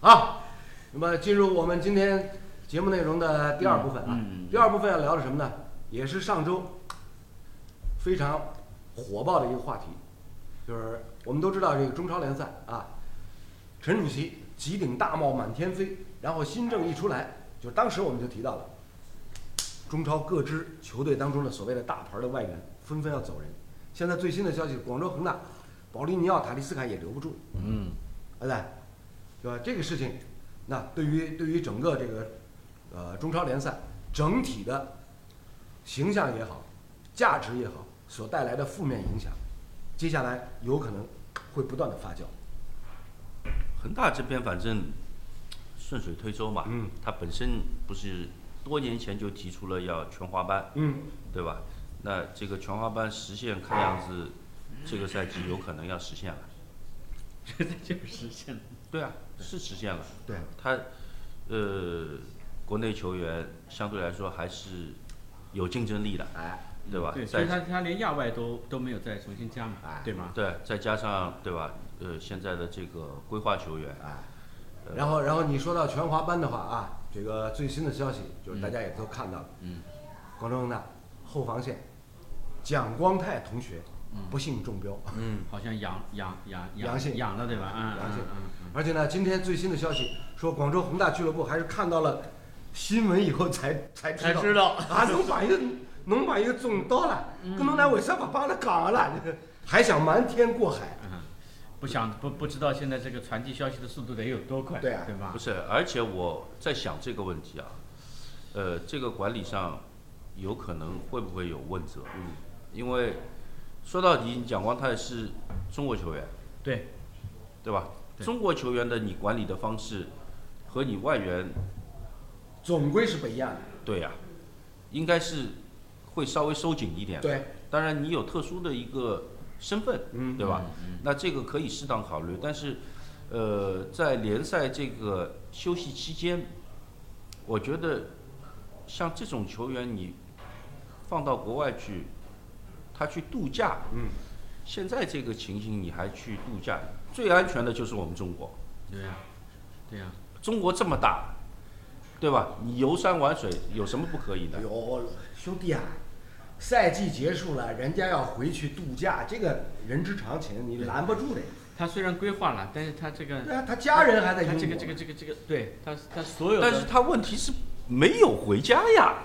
啊那么进入我们今天节目内容的第二部分啊，嗯嗯第二部分要聊的什么呢？也是上周非常火爆的一个话题，就是我们都知道这个中超联赛啊，陈主席几顶大帽满天飞，然后新政一出来，就当时我们就提到了，中超各支球队当中的所谓的大牌的外援纷纷要走人。现在最新的消息，广州恒大、保利尼奥、塔利斯卡也留不住，嗯，对不对？对吧？这个事情，那对于对于整个这个呃中超联赛整体的形象也好，价值也好，所带来的负面影响，接下来有可能会不断的发酵。恒大这边反正顺水推舟嘛，嗯，他本身不是多年前就提出了要全华班，嗯，对吧？那这个全华班实现，看样子这个赛季有可能要实现了。 这就是实现了。对啊，是实现了。对，他呃，国内球员相对来说还是有竞争力的，哎，对吧？对，所再以他他连亚外都都没有再重新加嘛哎，对吗？对，再加上对吧？呃，现在的这个规划球员，哎，然后然后你说到全华班的话啊，这个最新的消息就是大家也都看到了，嗯，广州恒大后防线蒋光泰同学不幸中标，嗯，好像养养养阳性养了，对吧？嗯，阳性嗯嗯嗯而且呢，今天最新的消息说广州恒大俱乐部还是看到了新闻以后才才知才道，知道嗯啊，能把一个能把一个中到了，可能来为啥把把他讲了，还想瞒天过海，嗯， 不想不不知道现在这个传递消息的速度得有多快，对啊对吧不？是，而且我在想这个问题啊，呃，这个管理上有可能会不会有问责？嗯，因为说到底，蒋光泰是中国球员，对，对吧？对中国球员的你管理的方式和你外援，总归是不一样的，对呀、应该是会稍微收紧一点。，对，当然你有特殊的一个身份，嗯对吧？那这个可以适当考虑，但是，呃，在联赛这个休息期间，我觉得像这种球员，你放到国外去，他去度假，嗯，现在这个情形你还去度假，最安全的就是我们中国。对呀，对啊呀，中国这么大，对吧？你游山玩水有什么不可以的哎？呦，兄弟啊，赛季结束了，人家要回去度假，这个人之常情，你拦不住的呀。他虽然规划了，但是他这个对啊，他家人还在英嗯他国。这个这个这个这个，对他他所有但是的他问题是没有回家呀，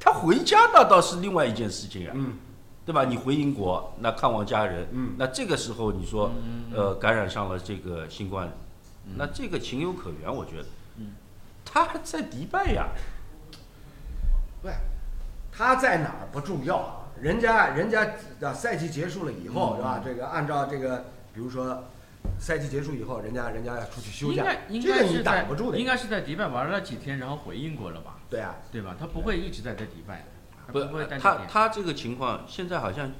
他回家那倒是另外一件事情啊，嗯，对吧？你回英国，那看望家人，嗯那这个时候你说，呃，感染上了这个新冠，那这个情有可原，我觉得，他还在迪拜呀，对，他在哪儿不重要啊，人家人家啊，赛季结束了以嗯后、是吧？这个按照这个，比如说赛季结束以后，人家人家要出去休应假该，应这个该你是在挡不住的，应该是在迪拜玩了几天，然后回英国了吧？对呃啊，对吧？他不会一直在在迪拜，他不不会待几他天他这个情况现在好像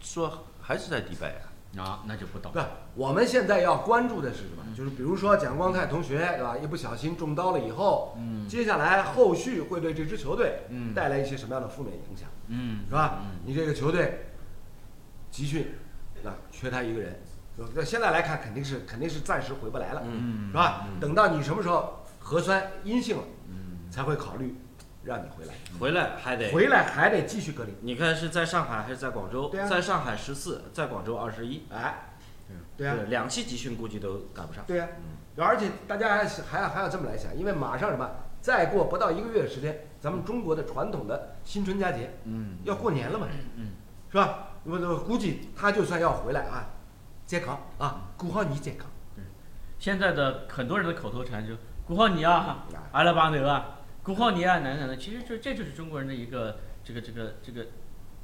说还是在迪拜呀，啊，那就不懂不。，我们现在要关注的是什么？就是比如说蒋光泰同学，对吧？一不小心中刀了以后，嗯，接下来后续会对这支球队，嗯带来一些什么样的负面影响，嗯，是吧？你这个球队集训，啊，缺他一个人，那现在来看肯定是肯定是暂时回不来了，嗯，是吧？等到你什么时候核酸阴性了，嗯，才会考虑让你回来，回来还得回来还得继续隔离，你看是在上海还是在广州？对啊在上海十四，在广州二十一。哎，对嗯啊，两期集训估计都赶不上。对呀、啊而且大家还是还要还要这么来想，因为马上什么，再过不到一个月的时间，咱们中国的传统的新春佳节，嗯，要过年了嘛，嗯，是吧？我我估计他就算要回来啊，健康啊，顾好你健康，现在的很多人的口头禅就“顾好你啊，阿拉巴德啊，顾好你啊”，哪哪哪，其实就这就是中国人的一个这个这个这个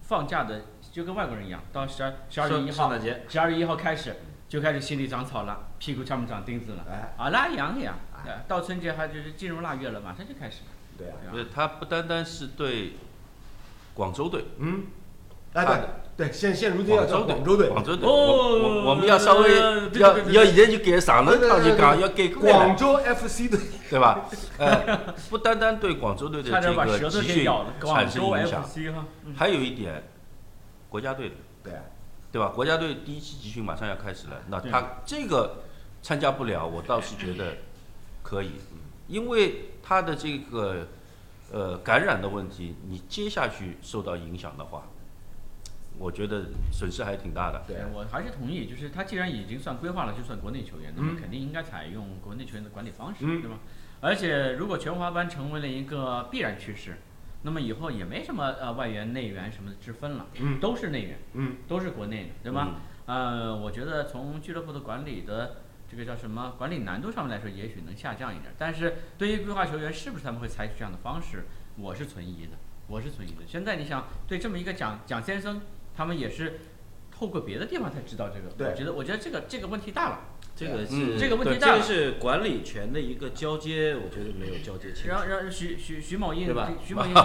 放假的，就跟外国人一样，到十二十二月一圣号诞，节，十二月一号开始就开始心里长草了，屁股上面长钉子了，哎，啊拉洋的呀哎，对到春节还就是进入腊月了，马上就开始了，对啊呀、对呃吧？，他不单单是对广州队，嗯，哎他对对，现现如今要叫广州队，广州队，哦我我我们要稍微对对要对对要现在就改上头对对趟对就对对讲要改过来广了，州 FC 队，对吧？呃，不单单对广州队的差这点把舌个头集给训咬了，广产生州影响， FC 哈，嗯还有一点，国家队的，对啊，对吧？国家队第一期集训马上要开始了，那对他这个参加不了，我倒是觉得可以，嗯因为他的这个呃感染的问题，你接下去受到影响的话，我觉得损失还挺大的。对哎我还是同意，就是他既然已经算规划了，就算国内球员，那么肯定应该采用国内球员的管理方式，嗯对吧？而且如果全华班成为了一个必然趋势，那么以后也没什么呃外援、内援什么之分了，嗯都是内援，嗯，都是国内的，对吧？呃，我觉得从俱乐部的管理的这个叫什么管理难度上面来说，也许能下降一点，但是对于规划球员是不是他们会采取这样的方式，我是存疑的，我是存疑的。现在你想对这么一个蒋蒋先生，他们也是透过别的地方才知道这个，对我觉得我觉得这个这个问题大了。这个嗯是这个问题对大这个是管理权的一个交接，我觉得没有交接清楚，让让徐徐徐某印对吧徐某印对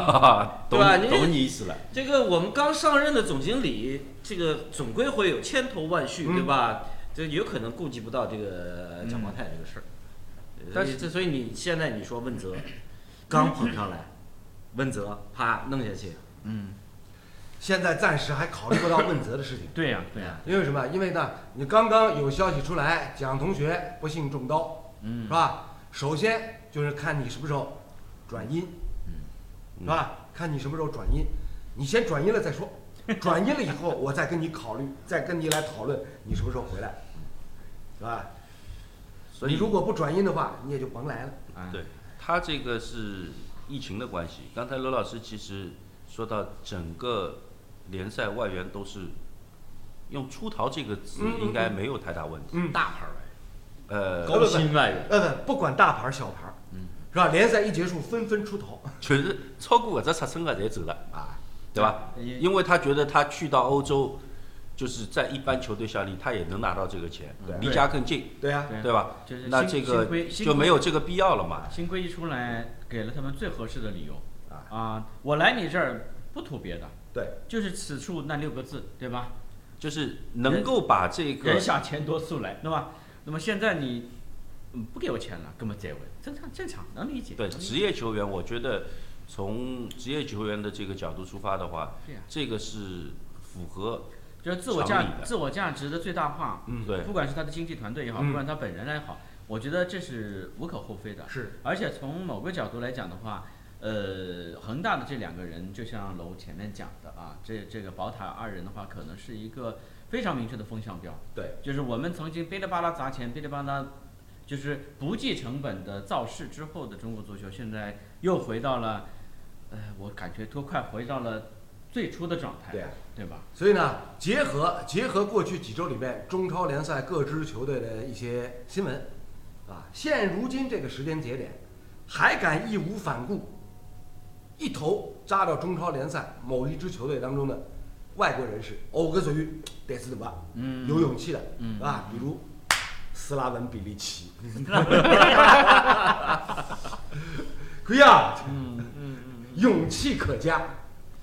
懂吧？你懂你意思了。这个我们刚上任的总经理，这个总归会有千头万绪，嗯对吧？这有可能顾及不到这个呃嗯蒋光泰这个事儿。但所以是这所以你现在你说问责，嗯刚捧上来，问责啪弄下去，嗯，，现在暂时还考虑不到问责的事情对呀、对呀、因为什么？因为呢，你刚刚有消息出来，蒋同学不幸中刀，嗯是，吧？首先就是看你什么时候转阴，嗯是吧？看你什么时候转阴，你先转阴了再说。转阴了以后，我再跟你考虑，再跟你来讨论你什么时候回来，是吧？所你以如果不转阴的话，你也就甭来了。哎对他这个是疫情的关系。刚才罗老师其实说到整个联赛外援都是用“出逃”这个嗯词嗯，嗯应该没有太大问题。嗯，大牌儿呃， 高薪外援，呃，不，不管大牌儿小牌，嗯，是吧？联赛一结束，纷纷出逃就是超过搿只尺寸的侪走了，啊，对吧？也因为他觉得他去到欧洲，就是在一般球队效力，他也能拿到这个钱对，离家更近，对啊呀、对啊对吧就是？那新这新个规新就规没有这个必要了嘛。新规一出来，给了他们最合适的理由啊我来你这儿不图别的，对，就是此处那六个字，对吧？就是能够把这个人傻钱多速来，对吧？那么现在你嗯不给我钱了，根本再问，正常正常能理解。对能理解职业球员，我觉得从职业球员的这个角度出发的话，对呀这个是符合就是自我常价理的自我价值的最大化，嗯对不管是他的经纪团队也好，嗯不管他本人也好，我觉得这是无可厚非的。是而且从某个角度来讲的话，呃，恒大的这两个人，就像楼前面讲的啊，这这个宝塔二人的话，可能是一个非常明确的风向标。对，就是我们曾经噼里啪啦砸钱，噼里啪啦，就是不计成本的造势之后的中国足球，现在又回到了，呃，我感觉都快回到了最初的状态，对呀、啊对吧？所以呢，结合结合过去几周里面中超联赛各支球队的一些新闻，啊，现如今这个时间节点，还敢义无反顾，一头扎到中超联赛某一支球队当中的外国人士，哦，我所于得是怎么，嗯有勇气的，嗯啊，比如斯拉文比利 奇， 可以啊，嗯嗯嗯，勇气可嘉，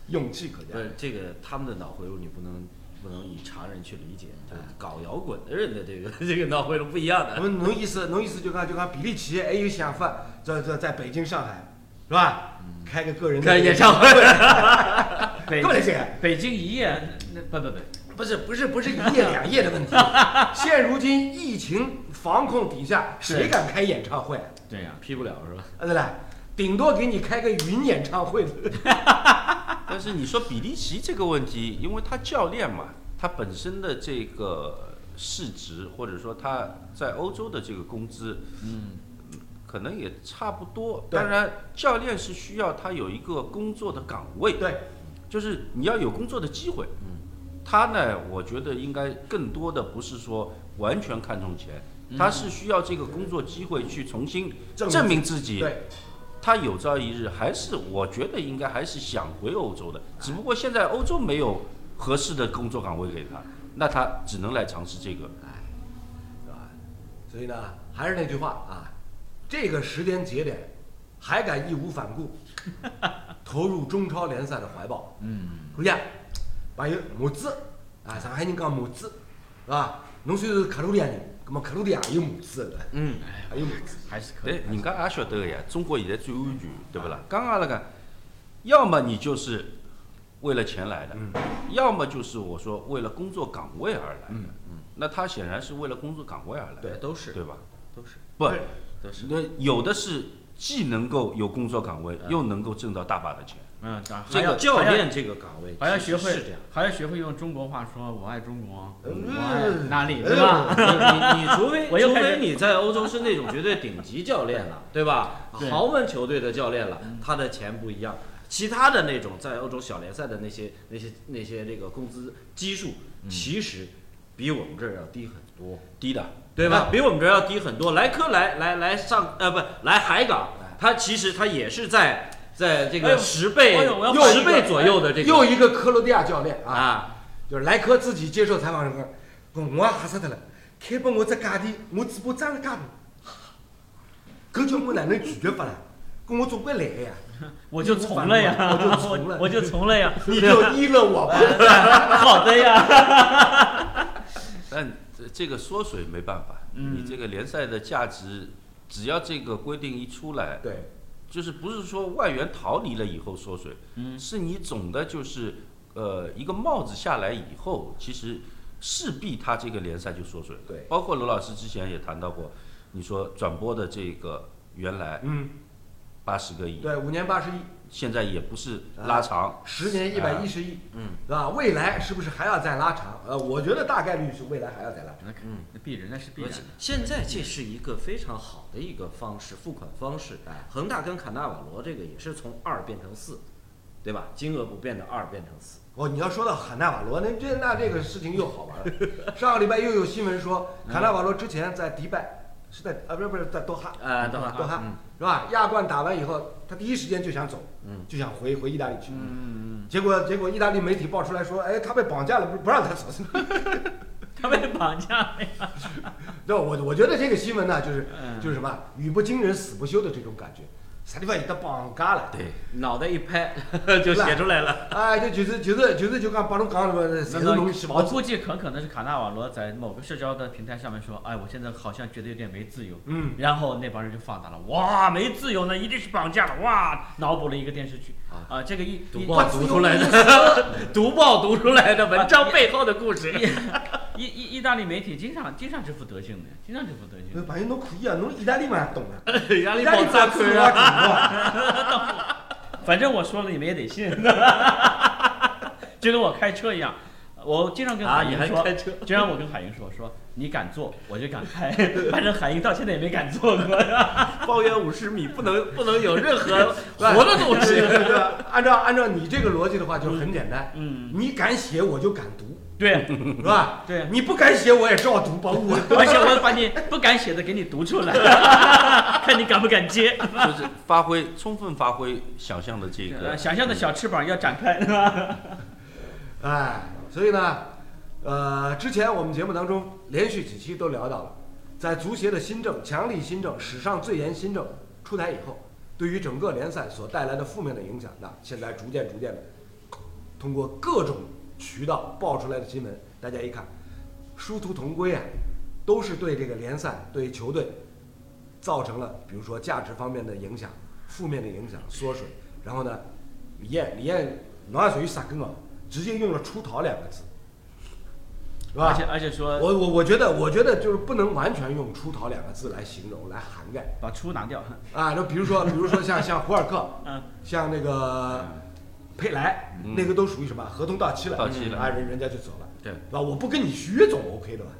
勇气可不嘉，是这个他们的脑回路你不能不能以常人去理解，对搞摇滚的人的这个 这个脑回路不一样的我。们侬意思，侬意思就讲就讲，比利奇也有想法，在在在北京、上海，是吧？开个个人的开演唱会北啊根本就这样北京一夜，那不不不，不是不是不是一夜两夜的问题。现如今疫情防控底下，谁对敢开演唱会啊？对呀、批不了是吧？啊对了，顶多给你开个云演唱会，但是你说比利奇这个问题，因为他教练嘛，他本身的这个市值或者说他在欧洲的这个工资，嗯，可能也差不多。对当然，教练是需要他有一个工作的岗位，对，就是你要有工作的机会。他呢，我觉得应该更多的不是说完全看重钱，他是需要这个工作机会去重新嗯证明证明自己。对，他有朝一日还是，我觉得应该还是想回欧洲哎的，只不过现在欧洲没有合适的工作岗位给他，那他只能来尝试这个。是吧？所以呢，还是那句话啊，这个时间节点还敢义无反顾投入中超联赛的怀抱，嗯，可以啊，朋友，母子啊，上海人讲母子，是吧？侬虽然是克罗地亚人，葛么克罗地亚也有母子的，嗯，也有母子。还是可以嗯对，。人家也晓得个呀，中国现在最安全，对不啦？刚刚那个，要么你就是为了钱来的，嗯要么就是我说为了工作岗嗯位而来的。那他显然是为了工作岗位而来的，都是对吧？都是。不对，都是，那有的是既能够有工作岗位，又能够挣到大把的钱。嗯，当然这还要个教还要练这个岗位还要其学实会是这样。，还要学会用中国话说“我爱中国”，嗯我爱哪里，嗯对吧？你你除非我又除开始非你在欧洲是那种绝对顶级教练了，对吧？对嗯豪门球队的教练了，他的钱不一样。其他的那种在欧洲小联赛的那些那些那些这个工资基数，嗯其实比我们这儿要低很多，低的，对吧？比我们这儿要低很多。莱科来来来上呃不来海港，他其实他也是在在这哎个呦十倍哎呦我要换十一个倍左右的这哎个又一个克罗地亚教练啊，啊，就是莱科自己接受采访时候，讲我也吓死他了，开拨我只价钿，我嘴巴张了介大，搿叫我哪能拒绝法啦？搿我总归来呀，我就从了呀，我就从了我我就从了呀， 你就依了我吧。哎好的呀，但这这个缩水没办法，嗯你这个联赛的价值，只要这个规定一出来，对，就是不是说外援逃离了以后缩水，嗯是你总的就是呃一个帽子下来以后，其实势必他这个联赛就缩水了。对包括罗老师之前也谈到过，你说转播的这个原来嗯，八十个亿，对，五年八十亿，现在也不是拉长，十年一百一十亿，嗯，是吧？未来是不是还要再拉长？呃，我觉得大概率是未来还要再拉长。那肯嗯那必然，那是必而然且的，现在这是一个非常好的一个方式，付款方式。哎恒大跟卡纳瓦罗这个也是从二变成四，对吧？金额不变的二变成四。哦，你要说到卡纳瓦罗，那这那这个事情又好玩了。上个礼拜又有新闻说，嗯卡纳瓦罗之前在迪拜是在啊，不是不是在多哈，呃，等多会啊哈儿多哈嗯是吧？亚冠打完以后，他第一时间就想走，就想回回意大利去。嗯，结果结果意大利媒体爆出来说，哎，他被绑架了，不不让他走。 他被绑架了呀，对，我我觉得这个新闻呢，就是嗯就是什么语不惊人死不休的这种感觉，啥地方也得绑架了。对，脑袋一拍就写出 来了。哎，就就是就是就是就讲帮侬讲什么，谁是侬去我王子？估计很可能是卡纳瓦罗在某个社交的平台上面说，哎，我现在好像觉得有点没自由，嗯，然后那帮人就放大了，哇，没自由呢，一定是绑架了，哇，脑补了一个电视剧啊啊，这个一读一报读出来 的，读报读出来的文章背后的故事。意意意大利媒体经常经常这副德行的，经常这副德行那。朋友侬可以啊，侬意大利嘛懂啊。 压力家爆里炸咋亏亏啊！啊？反正我说了你们也得信， 就跟我开车一样，我经常跟啊，海你英还说，开车？经常我跟海英说，说你敢坐我就敢开，反正海英到现在也没敢坐过。啊方圆五 十米不能不能有任 何活的东对西。对对，按照按照你这个逻辑的话，就是很简单，嗯，你敢写我就敢 读， 对是吧？对，你不敢写我也照读吧，我 而且我把你不敢写的给你读出来， 看你敢不敢接。 就是发挥充分发挥想象的这个呃想象的小翅膀要展开，嗯是吧？哎，所以呢，呃，之前我们节目当中连续几期都聊到了，在足协的新政、强力新政、史上最严新政出台以后，对于整个联赛所带来的负面的影响，那现在逐渐逐渐的，通过各种渠道爆出来的新闻，大家一看，殊途同归啊，都是对这个联赛、对球队造成了，比如说价值方面的影响、负面的影响、缩水。然后呢，李艳，李艳，侬也属于傻根哦，直接用了“出逃”两个字，是吧？啊而且而且说我我我觉得，我觉得就是不能完全用“出逃”两个字来形容、来涵盖把出拿掉，啊。就比如说，比如说像像胡尔克，嗯，像那个佩莱，嗯那个都属于什么？合同到期了，到期了啊，人人家就走了，对是吧？我不跟你续约总 OK 的吧？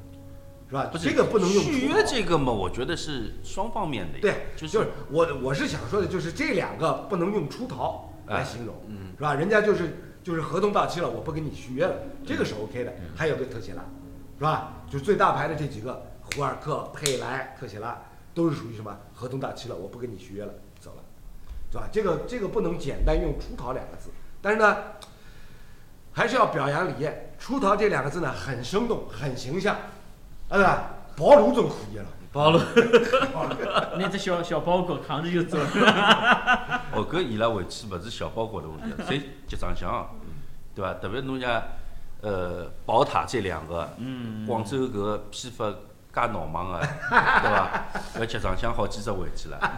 是吧？不是这个不能用出逃续约这个嘛，我觉得是双方面的，对，就就是我我是想说的，就是这两个不能用出逃哎来形容，嗯是吧？人家就是就是合同到期了，我不跟你续约了，这个是 OK 的。嗯还有个特谢拉，是吧？就是最大牌的这几个，胡尔克、佩莱、特谢拉，都是属于什么？合同到期了，我不跟你续约了，走了，是吧？这个这个不能简单用出逃两个字，但是呢，还是要表扬李艳，出逃这两个字呢，很生动，很形象，啊，对吧？保罗总可以了。暴露那只小小包裹扛着就走了。哦，搿伊拉回去勿是小包裹的问题，侪结账箱，啊对伐？特别侬像呃宝塔这两个，广州搿个批发介闹忙个，对伐？搿结账箱好几只回去了，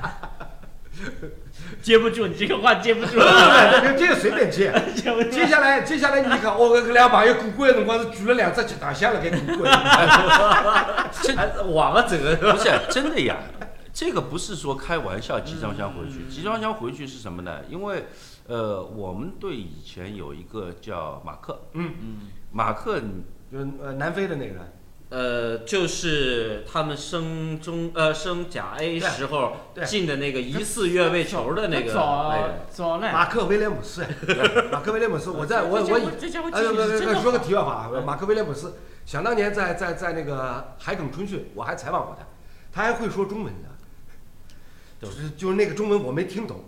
接不住，你这个话接不不住，不，这个随便接。接不住接。下来，接下来你看，哦，搿两个朋友过关的辰光是举了两只吉他箱辣盖过关。真还网啊，整个不是真的呀。这个不是说开玩笑，集装箱回去，集装箱回去是什么呢？因为，呃，我们队以前有一个叫马克，嗯嗯，马克你就是呃南非的那个人，呃，就是他们升中呃升甲 A 对时候对进的那个疑似越位球的那个啊早哎那个，早嘞，马克威廉姆斯，马克威廉姆斯，我在我这我以家伙这家伙哎，记不性是不真不，的说个好题外话啊，马克威廉姆斯，想当年在在在那个海埂春训，我还采访过他，他还会说中文呢，就是就是那个中文我没听懂，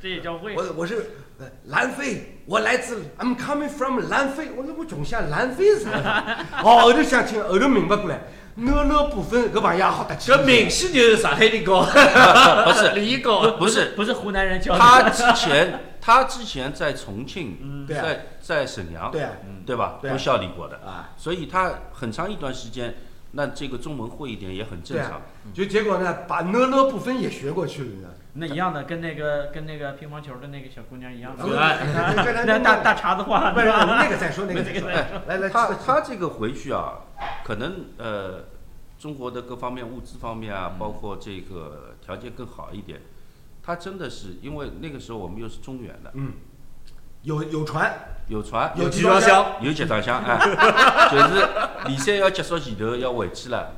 这也叫会。我我是呃南非，我来自 I'm coming from 南非，我说我总像南非啥的，哦，我就想听，我就明白过来，哪哪部分搿玩意儿好得这明显就是上海的高，呃不是 李高，不是不是湖南人 教的，他之前他之前在重庆，对啊在在沈阳，对啊对吧？对啊都效力过的，啊，所以他很长一段时间，那这个中文会一点也很正对常啊。，就结果呢，把哪哪部分也学过去了呢，那一样的，跟那个跟那个乒乓球的那个小姑娘一样的，对啊嗯那大大碴子话，不是对吧？ 那个再说那个再说，来来，他他这个回去啊，可能呃，中国的各方面物资方面啊，包括这个条件更好一点。他真的是因为那个时候我们又是中原的，嗯，有有船，有船有集集装箱装箱。有集装 箱哎，就是比赛要结束前头要回去了，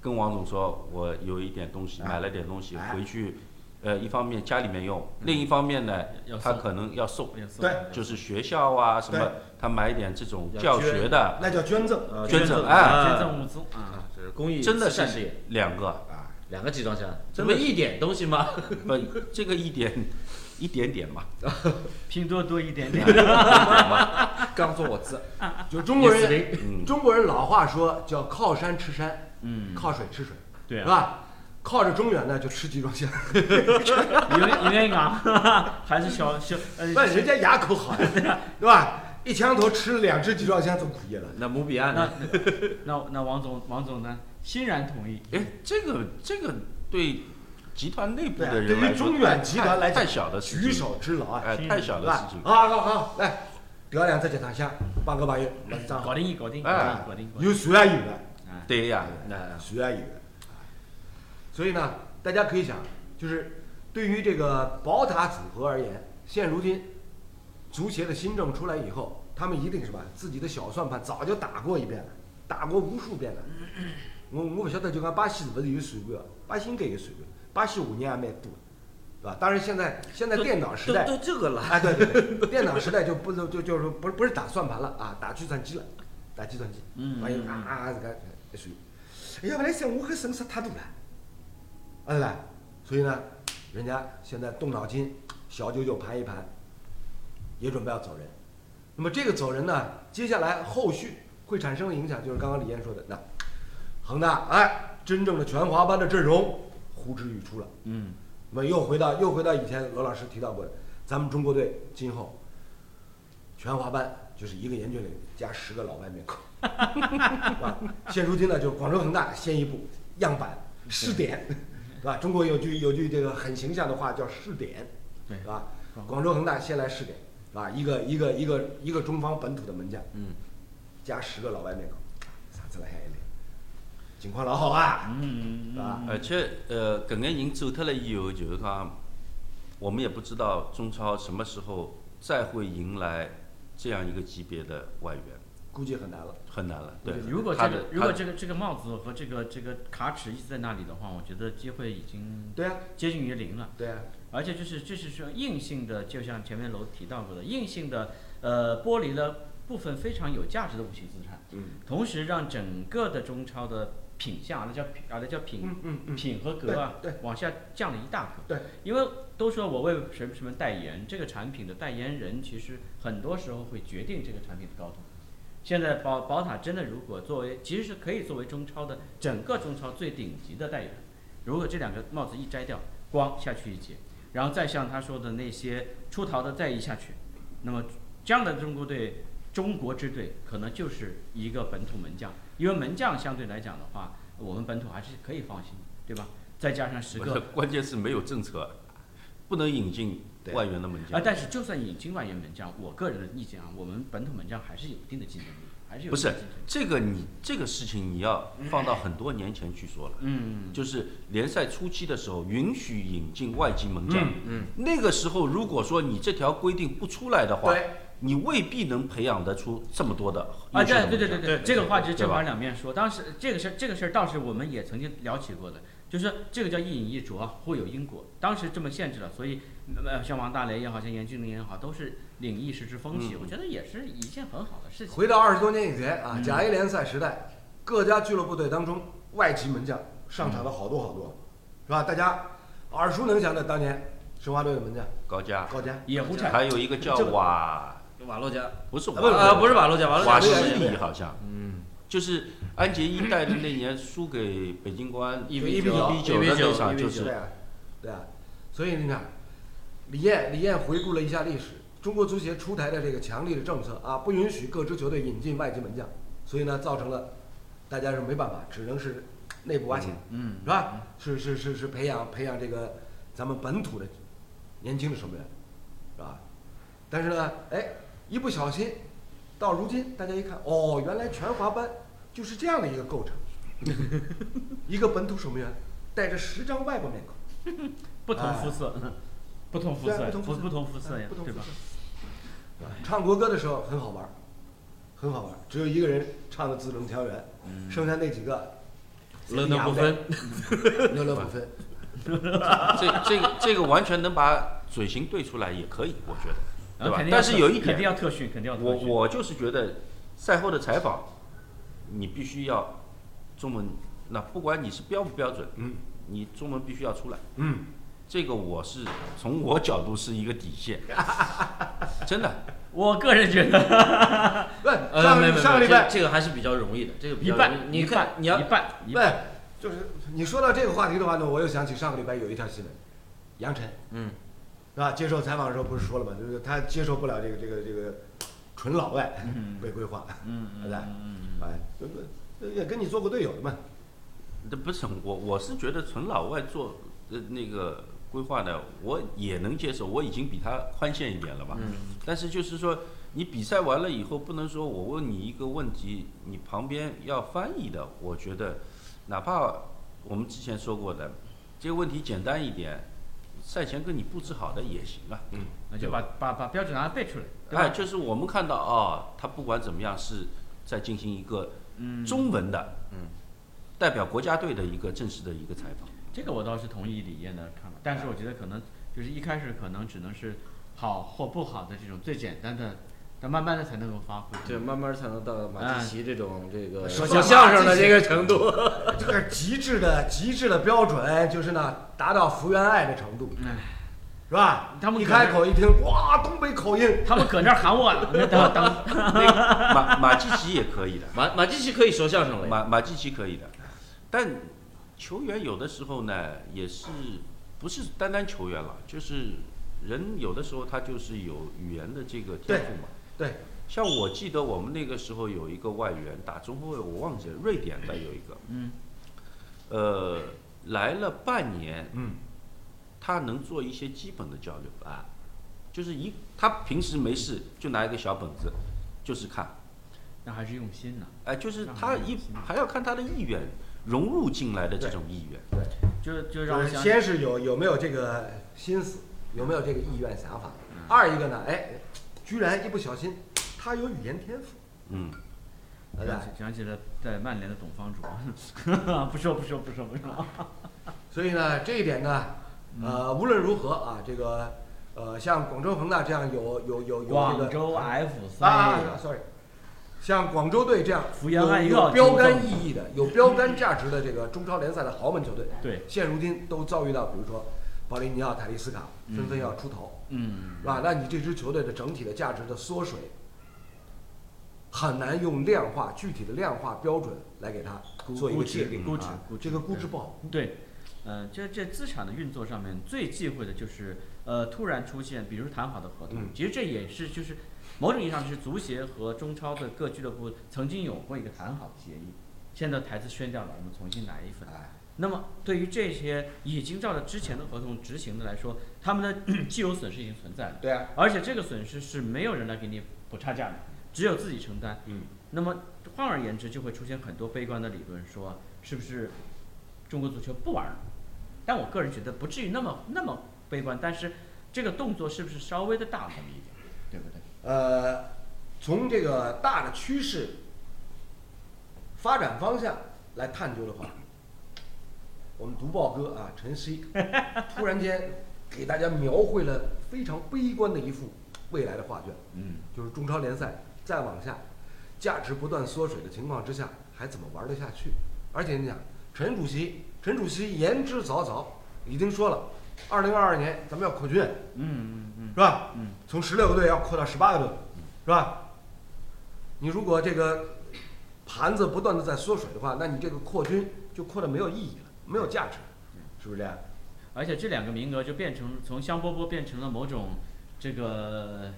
跟王总说，我有一点东西，啊买了点东西哎回去，呃，一方面家里面用，嗯另一方面呢要，他送可能要送，对就是学校啊什对么，他买一点这种要教捐学的，那叫捐赠呃捐赠啊，哎捐嗯赠物资啊，这是公益真的慈善是事业，两个，啊，两个集装箱，这真不的一点东西吗？不，这个一点 一点 点嘛，拼多多一点点， 啊刚做我字， 就中国一四人，零嗯，中国人老话说叫靠山吃山，嗯，靠水吃水， 对是啊，吧？靠着中原呢，就吃集装箱。有有那个啊， 还是小小呃，那人家牙口好呀，对吧？一枪头吃了两只集装箱，走苦夜了。那姆比那亚呢？那那王总王总呢，欣然同意，哎，这个这个对集团内部对啊的人对于来说中远太集团来讲太小的事情举，手之劳啊，哎，太小对的事吧情？。好好好，来，表两只集装箱，八个八月，我们账啊搞好。定搞定哎搞定搞定，有虽然有的，对呀，那虽然有的。所以呢，大家可以想，就是对于这个宝塔组合而言，现如今足协的新政出来以后，他们一定什么自己的小算盘早就打过一遍了，打过无数遍了。我我不晓得，就讲巴西是不是有算过？巴西应该有算过，巴西五年还蛮多的，对吧？当然现在现在电脑时代，都都这个了，哎，对对对，电脑时代就不能就就是不是不是打算盘了啊，打计算机了，打计算机，嗯万一啊啊这个哎属于，哎呀，本来想我可损失太多了，啊对吧？所以呢，人家现在动脑筋，小九九盘一盘，也准备要走人。那么这个走人呢，接下来后续会产生的影响，就是刚刚李岩说的，那恒大哎，真正的全华班的阵容呼之欲出了。嗯，那么又回到又回到以前罗老师提到过的，咱们中国队今后全华班就是一个严俊岭加十个老外面孔，是吧？现如今呢，就是广州恒大先一步样板试点，是吧？中国有句有句这个很形象的话叫试点，对是吧？广州恒大先来试点，是吧？一个一个一个一个中方本土的门将，嗯，加十个老外面孔，啥子来海里，情况老好啊，嗯是吧？而且呃，搿眼人走脱了以后，就是讲，我们也不知道中超什么时候再会迎来这样一个级别的外援，估计很难了。很难了。对，如果他这的个如果他这个这个帽子和这个这个卡尺一直在那里的话，我觉得机会已经对啊，接近于零了。对啊，而且就是就是说硬性的，就像前面楼提到过的，硬性的呃剥离了部分非常有价值的无形资产，嗯，同时让整个的中超的品相，那叫品啊那叫品嗯嗯嗯，品和格啊，对对往下降了一大格。对，因为都说我为什么什么代言，这个产品的代言人其实很多时候会决定这个产品的高度。现在宝宝塔真的如果作为，其实是可以作为中超的整个中超最顶级的代言人。如果这两个帽子一摘掉，光下去一截，然后再像他说的那些出逃的再一下去，那么将来的中国队、中国之队可能就是一个本土门将，因为门将相对来讲的话，我们本土还是可以放心，对吧？再加上十不是个， 关键是没有政策，不能引进对外援的门啊将，。但是就算引进外援门将，我个人的意见啊，我们本土门将还是有一定的竞争力，还是有不是竞争这个你这个事情你要放到很多年前去说了，嗯，就是联赛初期的时候允许引进外籍门将， 嗯那个时候如果说你这条规定不出来的话对，你未必能培养得出这么多的啊，优秀的门对对对将对对，这个话就对正吧反两面说。当时这个事儿这个事儿倒是我们也曾经聊起过的，就是说这个叫一引一啄，互有因果。当时这么限制了，所以呃，像王大雷也好，像严俊凌也好，都是领一时之风气，嗯我觉得也是一件很好的事情。回到二十多年以前啊，甲 A 联赛时代，各家俱乐部队当中外籍门将上场了好多好多，是吧？大家耳熟能详的当年申花队的门将高佳，高佳，野狐柴，还有一个叫这个啊瓦，瓦洛加，不是瓦不是呃，不是瓦洛加，瓦洛加瓦西西是里好像，嗯，就是安杰一带的那年输给北京国 安一比比九一九的那场就对是啊，对啊。所以你看，李艳李艳回顾了一下历史，中国足协出台的这个强力的政策啊，不允许各支球队引进外籍门将，所以呢，造成了大家是没办法，只能是内部挖潜。嗯是吧？是是是是培养培养这个咱们本土的年轻的守门员，是吧？但是呢，哎，一不小心，到如今大家一看，哦，原来全华班就是这样的一个构成，一个本土守门员带着十张外国面孔，不同肤色， 不同肤对啊色，不同肤色哎不不同肤色呀不，同对吧肤？色唱国歌的时候很好玩儿，很好玩儿，只有一个人唱的字正腔圆，嗯剩下那几个冷暖不分，嗯六六不分。这这个这个完全能把嘴型对出来也可以，我觉得，然对后吧啊肯？定要但是特有一肯定点，要特训，肯定要特我训我就是觉得赛后的采访，你必须要中文，那不管你是标不标准，嗯你中文必须要出来。嗯，这个我是从我角度是一个底线， 真的。我个人觉得对，呃，上没个没上个礼拜这个还是比较容易的，这个比一较容易半，你一看半，你要一半一半，对，就是你说到这个话题的话呢，我又想起上个礼拜有一条新闻，杨晨嗯是吧？接受采访的时候不是说了吗？就是他接受不了这个这个这个纯老外被规划，嗯 对不对？哎，这不也跟你做过队友的嘛？这不是我，我是觉得纯老外做呃那个规划呢，我也能接受，我已经比他宽限一点了吧。嗯，但是就是说，你比赛完了以后，不能说我问你一个问题，你旁边要翻译的。我觉得，哪怕我们之前说过的，这个问题简单一点，赛前跟你布置好的也行啊。那就把把把标准答案背出来，对哎，吧？就是我们看到哦，他不管怎么样是在进行一个嗯，中文的，嗯，代表国家队的一个正式的一个采访。 这个我倒是同意李艳的看法，但是我觉得可能就是一开始可能只能是好或不好的这种最简单的，但慢慢的才能够发挥。对，慢慢才能到马季奇这种这个说啊相说相声的马季这奇个程度。这个极致的极致的标准就是呢，达到福原爱的程度，唉，是吧？他们一可能开口一听，哇，东北口音，他们搁那儿喊我呢，那 等等，那个马马基奇也可以 的，马马季奇可以说相声了呀，马马基奇可以的，但球员有的时候呢，也是不是单单球员了，就是人有的时候他就是有语言的这个天赋嘛。对，像我记得我们那个时候有一个外援打中后卫，我忘记了，瑞典的有一个，嗯，呃，来了半年，嗯，他能做一些基本的交流啊，就是一他平时没事就拿一个小本子，就是看，那还是用心呢。哎，就是那他很有一意思还要看他的意愿融入进来的这种意愿。就就让就我是想，先是有有没有这个心思，有没有这个意愿想法，嗯二一个呢，哎，居然一不小心他有语言天赋，嗯，对吧？想想起了在曼联的董方主， 不说不说不说不说，所以呢，这一点呢，嗯呃，无论如何啊，这个呃，像广州恒大这样有有有有这个广州 F 啊啊三啊，sorry，像广州队这样福有原爱又有要标出杆征意义的、有标杆价值的这个中超联赛的豪门球队，对，现如今都遭遇到，比如说保利尼奥、塔利斯卡纷纷要出头，嗯，是吧？那你这支球队的整体的价值的缩水，很难用量化、具体的量化标准来给它估做一个估值界定估值啊估值这个估值不好对，呃，这这资产的运作上面最忌讳的就是呃突然出现，比如谈好的合同，嗯其实这也是就是某种意义上是足协和中超的各俱乐部曾经有过一个谈好的协议，现在台词宣掉了，我们重新来一份。哎那么对于这些已经照着之前的合同执行的来说，他们的 既有损失已经存在了。对啊，而且这个损失是没有人来给你补差价的，只有自己承担。嗯，那么换而言之，就会出现很多悲观的理论说，是不是中国足球不玩了？但我个人觉得不至于那么那么悲观，但是这个动作是不是稍微的大了那么一点，对不对？呃，从这个大的趋势发展方向来探究的话，我们读报哥啊，晨曦突然间给大家描绘了非常悲观的一幅未来的画卷，嗯，就是中超联赛再往下，价值不断缩水的情况之下，还怎么玩得下去？而且你想，陈主席，陈主席言之凿凿，已经说了，二零二二年咱们要扩军，嗯嗯嗯是吧？嗯，从十六个队要扩到十八个队，是吧？你如果这个盘子不断的在缩水的话，那你这个扩军就扩的没有意义了，没有价值，嗯是不是这样？而且这两个名额就变成从香饽饽变成了某种这个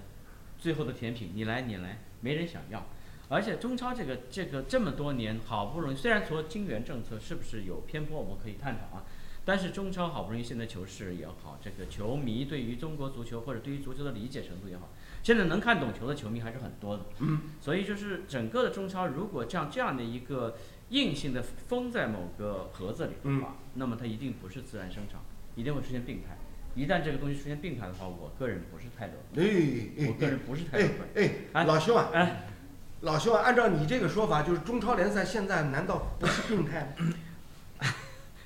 最后的甜品，你来你来，没人想要。而且中超这个这个这么多年好不容易，虽然说金元政策是不是有偏颇，我们可以探讨啊。但是中超好不容易现在球市也好，这个球迷对于中国足球或者对于足球的理解程度也好，现在能看懂球的球迷还是很多的。嗯，所以就是整个的中超如果这样这样的一个硬性的封在某个盒子里的话，那么它一定不是自然生长。一定会出现病态。一旦这个东西出现病态的话，我个人不是太乐观，我个人不是太乐哎观。哎哎，哎老兄啊，哎，老兄啊，按照你这个说法，就是中超联赛现在难道不是病态 吗？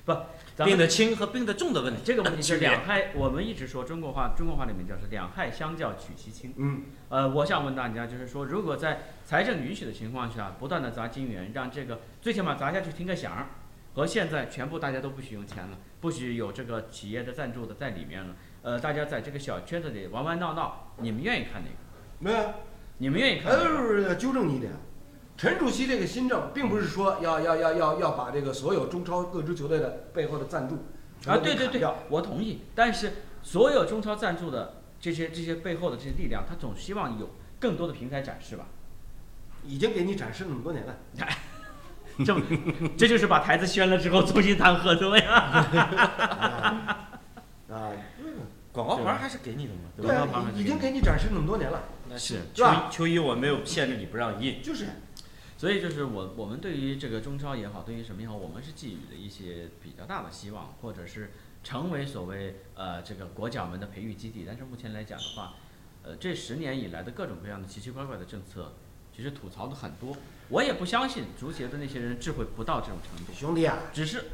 不，咱病们得轻和病得重的问题，这个问题区是别两害，我们一直说中国话，中国话里面叫是两害相较取其轻。嗯，呃，我想问大家，就是说，如果在财政允许的情况下，不断的砸金元，让这个最起码砸下去听个响儿，和现在全部大家都不许用钱了，不许有这个企业的赞助的在里面了，呃，大家在这个小圈子里玩玩闹闹，你们愿意看哪个？没有啊。你们愿意看哎哪个？不是，要纠正你一点，啊陈主席这个新政，并不是说要要要要要把这个所有中超各支球队的背后的赞助全啊，都给对对砍对掉，我同意。但是所有中超赞助的这些这些背后的这些力量，他总希望有更多的平台展示吧？已经给你展示了那么多年了。这不 这就是把台子掀了之后重新谈合同呀？啊，啊广告牌还是给你的嘛，对对吧？啊，已已经给你展示那么多年了，那是球是吧衣球衣我没有限制你不让印，就是所以就是我我们对于这个中超也好，对于什么也好，我们是寄予了一些比较大的希望，或者是成为所谓呃这个国脚们的培育基地。但是目前来讲的话，呃这十年以来的各种各样的奇奇怪怪的政策，其实吐槽的很多。我也不相信足协的那些人智慧不到这种程度，兄弟啊，只是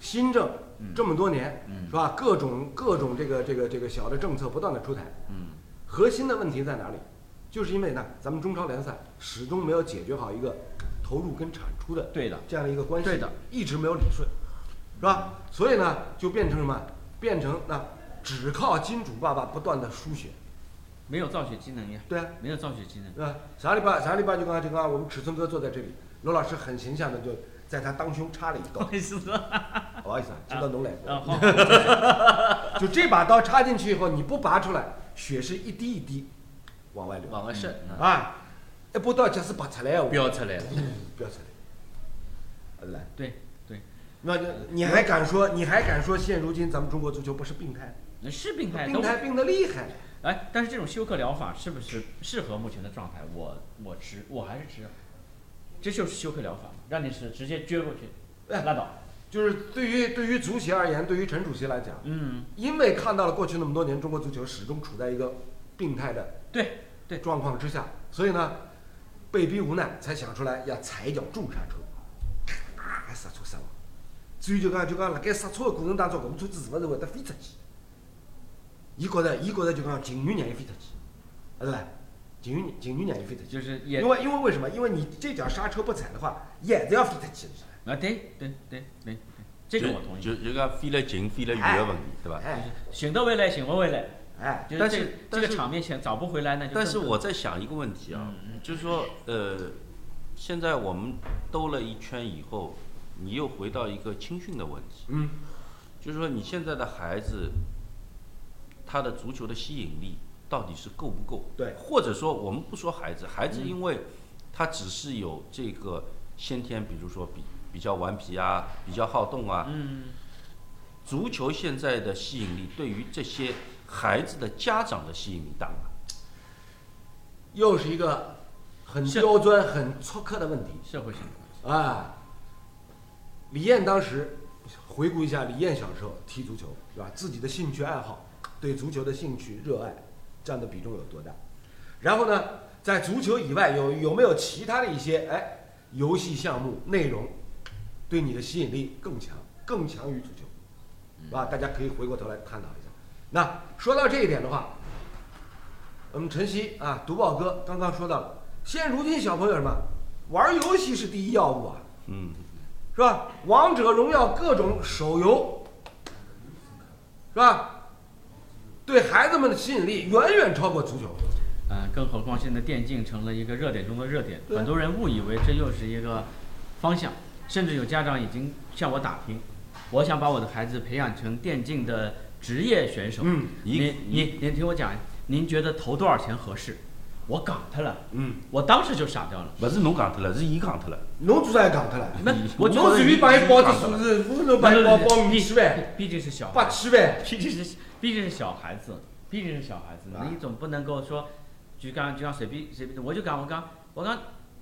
新政这么多年，嗯是吧？各种各种这个这个这个小的政策不断的出台，嗯核心的问题在哪里？就是因为呢，咱们中超联赛始终没有解决好一个投入跟产出的，对的，这样的一个关系，对的，一直没有理顺，是吧？所以呢，就变成什么？变成那只靠金主爸爸不断的输血，没有造血机能呀，对啊，没有造血 机能。对吧？上礼拜上礼拜就刚刚就刚刚我们尺寸哥坐在这里，罗老师很形象的就在他当胸插了一刀，意 思啊，不好意思啊，知道侬来过，好，就这把刀插进去以后，你不拔出来，血是一滴一滴往外流往外渗，啊，一把刀假使拔出来，我标出来了。不要出来，啊来。对对，那就你还敢说？你还敢说？现如今咱们中国足球不是病态？那是病态病都态病得厉害。哎，但是这种休克疗法是不是适合目前的状态？我我吃，我还是吃，这就是休克疗法，让你吃，直接撅过去，哎拉倒。就是对于对于足协而言，对于陈主席来讲，嗯，因为看到了过去那么多年中国足球始终处在一个病态的对对状况之下，所以呢，被逼无奈才想出来要踩一脚重刹车，咔刹车刹了。至于就讲就讲，辣盖刹车的过程当中，搿部车子是勿是会得飞出去？伊觉着伊觉着就讲情愿让伊飞出去，啊对伐？情愿情愿让伊飞出去。就是也因为因为为什么？因为你这脚刹车不踩的话，也子要飞出去的。啊，对对对对对，这个我同意。就就讲飞了近飞了远的问题，对吧？哎醒得回来，醒不回来，哎，就是但这是个这但个是场面前早不回来那就更。但是我在想一个问题啊，就是说，呃，现在我们兜了一圈以后，你又回到一个青训的问题，嗯就是说你现在的孩子，他的足球的吸引力到底是够不够？对或者说我们不说孩子，孩子因为他只是有这个先天，比如说比比较顽皮啊，比较好动啊，嗯，足球现在的吸引力对于这些孩子的家长的吸引力大吗？又是一个很是刁钻、很苛刻的问题社会性的啊。李艳当时回顾一下，李艳小时候踢足球，对吧？自己的兴趣爱好，对足球的兴趣热爱占的比重有多大？然后呢，在足球以外有有没有其他的一些哎游戏项目内容，对你的吸引力更强，更强于足球，是吧？大家可以回过头来探讨一下。那说到这一点的话，我们晨曦啊，读报哥刚刚说到了，现如今小朋友什么玩游戏是第一要务啊，嗯，是吧？王者荣耀各种手游，是吧？对孩子们的吸引力远远超过足球。嗯，更何况现在电竞成了一个热点中的热点，对啊很多人误以为这又是一个方向，甚至有家长已经向我打听，我想把我的孩子培养成电竞的职业选手。嗯一您您您听我讲，您觉得投多少钱合适？我港他了，嗯，我当时就傻掉 了。不是侬讲脱了，是伊讲脱了。侬最爱讲他了，那我觉侬得随便帮伊报只数字，我能帮伊报报五千万、毕竟是小孩八千万。毕竟是毕竟是小孩子，毕竟是小孩子，啊你总不能够说，就讲就讲随便随便，我就讲我讲我讲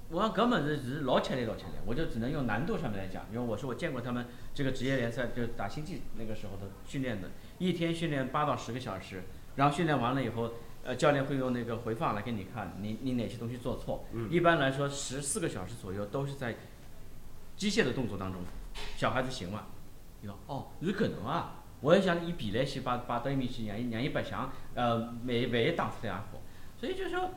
我讲搿物事是老吃力老吃力，我就只能用难度上面来讲，因为我说我见过他们这个职业联赛就打星际那个时候的训练的，一天训练八到十个小时，然后训练完了以后。呃，教练会用那个回放来给你看，你你哪些东西做错。嗯一般来说，十四个小时左右都是在机械的动作当中。小孩子行吗？伊讲哦，有可能啊。我也想伊比来先摆摆到伊面去，让伊让伊白相，呃，万一万一打出来也好。所以就是说，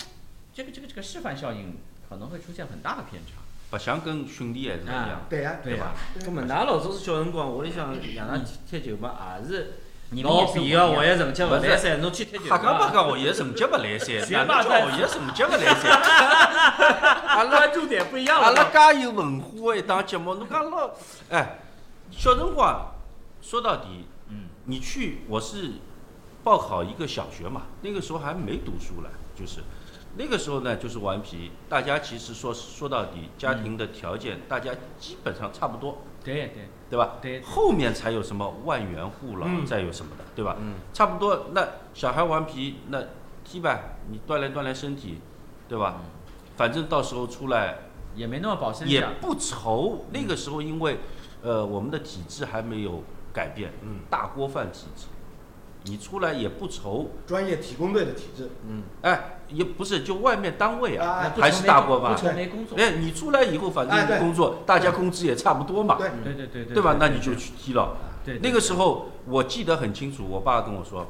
这个这个这个示范效应可能会出现很大的偏差，白相跟训练还是不一样啊。对呀、对吧？搿么，㑚老早是小辰光，屋里向让㑚去踢球嘛，也是你们老也是皮不一个样学业成绩勿来三，侬去踢球啊瞎讲八嘛。讲，学业成绩不来三，学霸哪能叫学业成绩不来 三？阿拉注点不一样阿了拉嘛。介有文化的一档节目，侬讲老，哎，小辰光说到底，嗯，你去我是报考一个小学嘛，那个时候还没读书了，就是那个时候呢，就是顽皮，大家其实说说到底，家庭的条嗯件大家基本上差不多，对对对吧？对，后面才有什么万元户了，嗯再有什么的，对吧？嗯差不多，那小孩顽皮，那踢呗，你锻炼锻炼身体，对吧？反正到时候出来也没那么保身也价。不愁。那个时候因为，呃，我们的体制还没有改变，嗯，大锅饭体制，你出来也不愁，专业体工队的体制，嗯，哎，也不是就外面单位啊，哎那不还愁是没大工锅吧不愁没工作。哎，你出来以后反哎对正工作，大家工资也差不多嘛，对，嗯对对对对，对吧？那你就去踢了。对对那个时候我记得很清楚，我爸跟我说，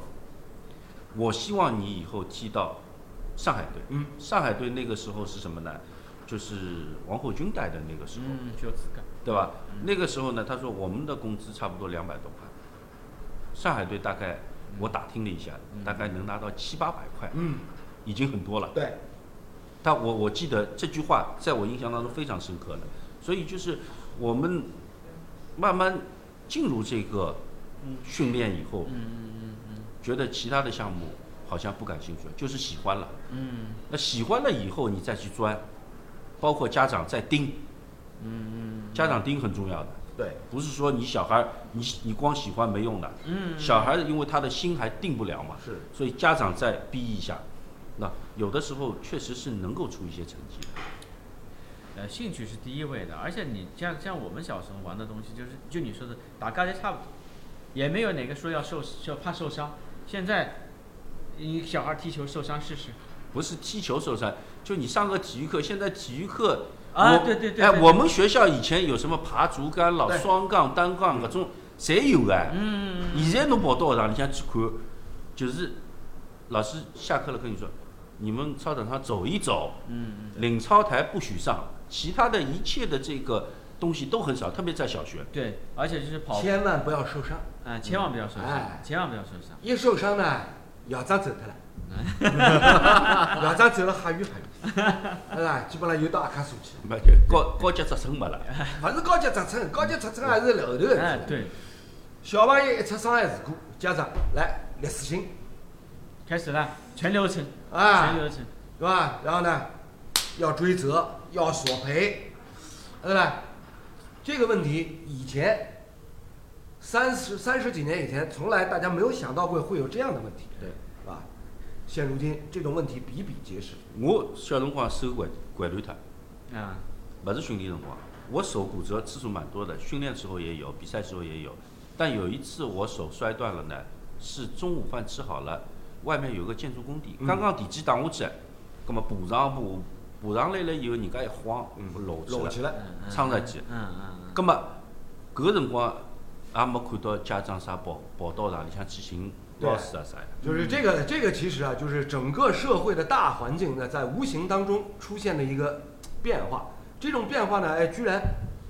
我希望你以后踢到上海队。嗯，上海队那个时候是什么呢？就是王厚军带的那个时候，嗯，就有资格。对吧？那个时候呢，他说我们的工资差不多两百多块，上海队大概我打听了一下，嗯大概能拿到七八百块，嗯，已经很多了。对，但我我记得这句话在我印象当中非常深刻的，所以就是我们慢慢进入这个嗯训练以后，嗯嗯觉得其他的项目好像不感兴趣了，就是喜欢了。嗯嗯那喜欢了以后，你再去钻，包括家长在盯，嗯家长盯很重要的，对，不是说你小孩儿你你光喜欢没用的，嗯，小孩儿因为他的心还定不了嘛，是。所以家长再逼一下，那有的时候确实是能够出一些成绩的。呃，兴趣是第一位的，而且你像像我们小时候玩的东西，就是就你说的打嘎也差不多，也没有哪个说要受就怕受伤。现在你小孩踢球受伤试试不是踢球受伤，就你上个体育课，现在体育课啊？我对对对，哎，对我们学校以前有什么爬竹竿咯对、双杠、单杠搿啊种，侪有哎。嗯，现在侬跑到学堂里向去看，就是老师下课了跟你说，你们操场上走一走，嗯，领操台不许上，其他的一切的这个东西都很少，特别在小学。对，而且就是跑，千万不要受伤，啊，千万不要受哎伤，千万不要受伤。一受伤呢，校长走脱了，校长走了吓晕吓晕，啊，基本上又到阿卡苏去了。嗯没就高高级职称没了，勿是高级职称，高级职称还是后头的事哎，体。对，小朋友一出伤害事故，家长来立死信，开始了，全流程，啊全流程，对吧？然后呢，要追责，要索赔，对吧？这个问题以前三十三十几年以前，从来大家没有想到过会有这样的问题，对啊，现如今这种问题比比皆是。我小辰光手拐拐断脱，啊，勿是训练辰光，我手骨折次数蛮多的，训练时候也有，比赛时候也有。但有一次我手摔断了呢，是中午饭吃好了，外面有个建筑工地，嗯刚刚地基打下去，葛么补上补补上来了以后，人家一晃，漏嗯搂起起来，来，嗯嗯撑上去。嗯嗯葛么搿个辰光也没看到家长啥报报道上里向去寻老师啊啥呀。就是这个这个其实啊，就是整个社会的大环境呢，在无形当中出现了一个变化。这种变化呢，哎，居然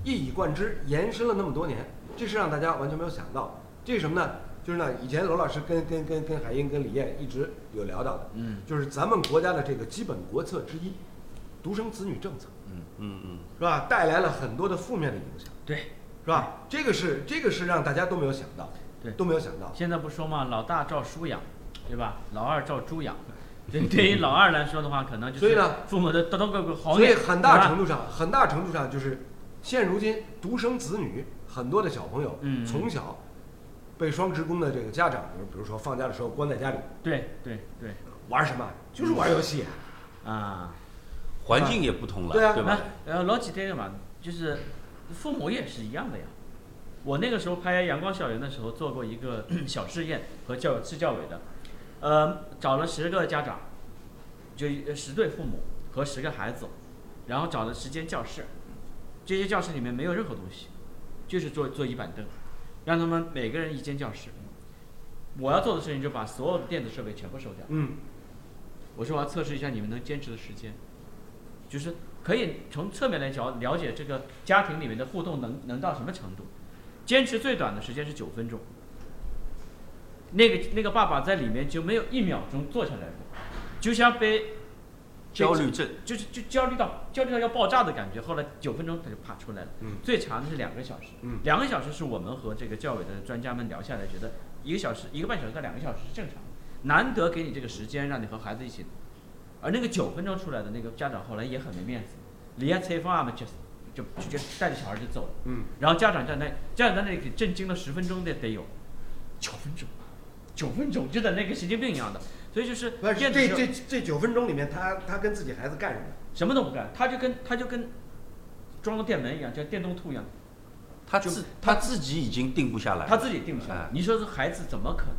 一以贯之，延伸了那么多年，这是让大家完全没有想到的。这是什么呢？就是呢，以前罗老师跟跟跟跟海英跟李艳一直有聊到的，嗯，就是咱们国家的这个基本国策之一，独生子女政策，嗯嗯嗯，是吧？带来了很多的负面的影响，嗯，对，是吧？这个是这个是让大家都没有想到，对都没有想到。现在不说嘛，老大照书养，对吧？老二照 猪养。对，对于老二来说的话，可能就所以是呢父母的叨叨咕咕好所以眼，很对大吧程度上，很大程度上就是，现如今独生子女很多的小朋友，嗯嗯从小被双职工的这个家长，比如比如说放假的时候关在家里对对对，玩什么，就是玩游戏，啊，环境也不同了，对啊吧？那呃老几代的嘛，就是父母也是一样的呀。我那个时候拍《阳光校园》的时候做过一个 小试验和教市教委的，呃，找了十个家长，就呃十对父母和十个孩子，然后找了十间教室，这些教室里面没有任何东西，就是坐坐椅板凳，让他们每个人一间教室。我要做的事情就把所有的电子设备全部收掉。嗯，我说我要测试一下你们能坚持的时间，就是可以从侧面来了了解这个家庭里面的互动能能到什么程度。坚持最短的时间是九分钟，那个那个爸爸在里面就没有一秒钟坐下来过，就像被焦虑症，就是就焦虑到焦虑到要爆炸的感觉。后来九分钟他就爬出来了，嗯最长的是两个小时，嗯两个小时是我们和这个教委的专家们聊下来，觉得一个小时、一个半小时到两个小时是正常的，难得给你这个时间让你和孩子一起。而那个九分钟出来的那个家长后来也很没面子，连采访啊嘛就就就就带着小孩就走了，嗯，然后家长站在家长在那里给震惊了十分钟得得有，九分钟，九分钟就在那跟神经病一样的，所以就是但是电子这设这这九分钟里面，他他跟自己孩子干什么？什么都不干，他就跟他就跟装了电门一样，叫电动兔一样，他自他自己已经定不下来了，他自己定不下来哎。你说这孩子怎么可能？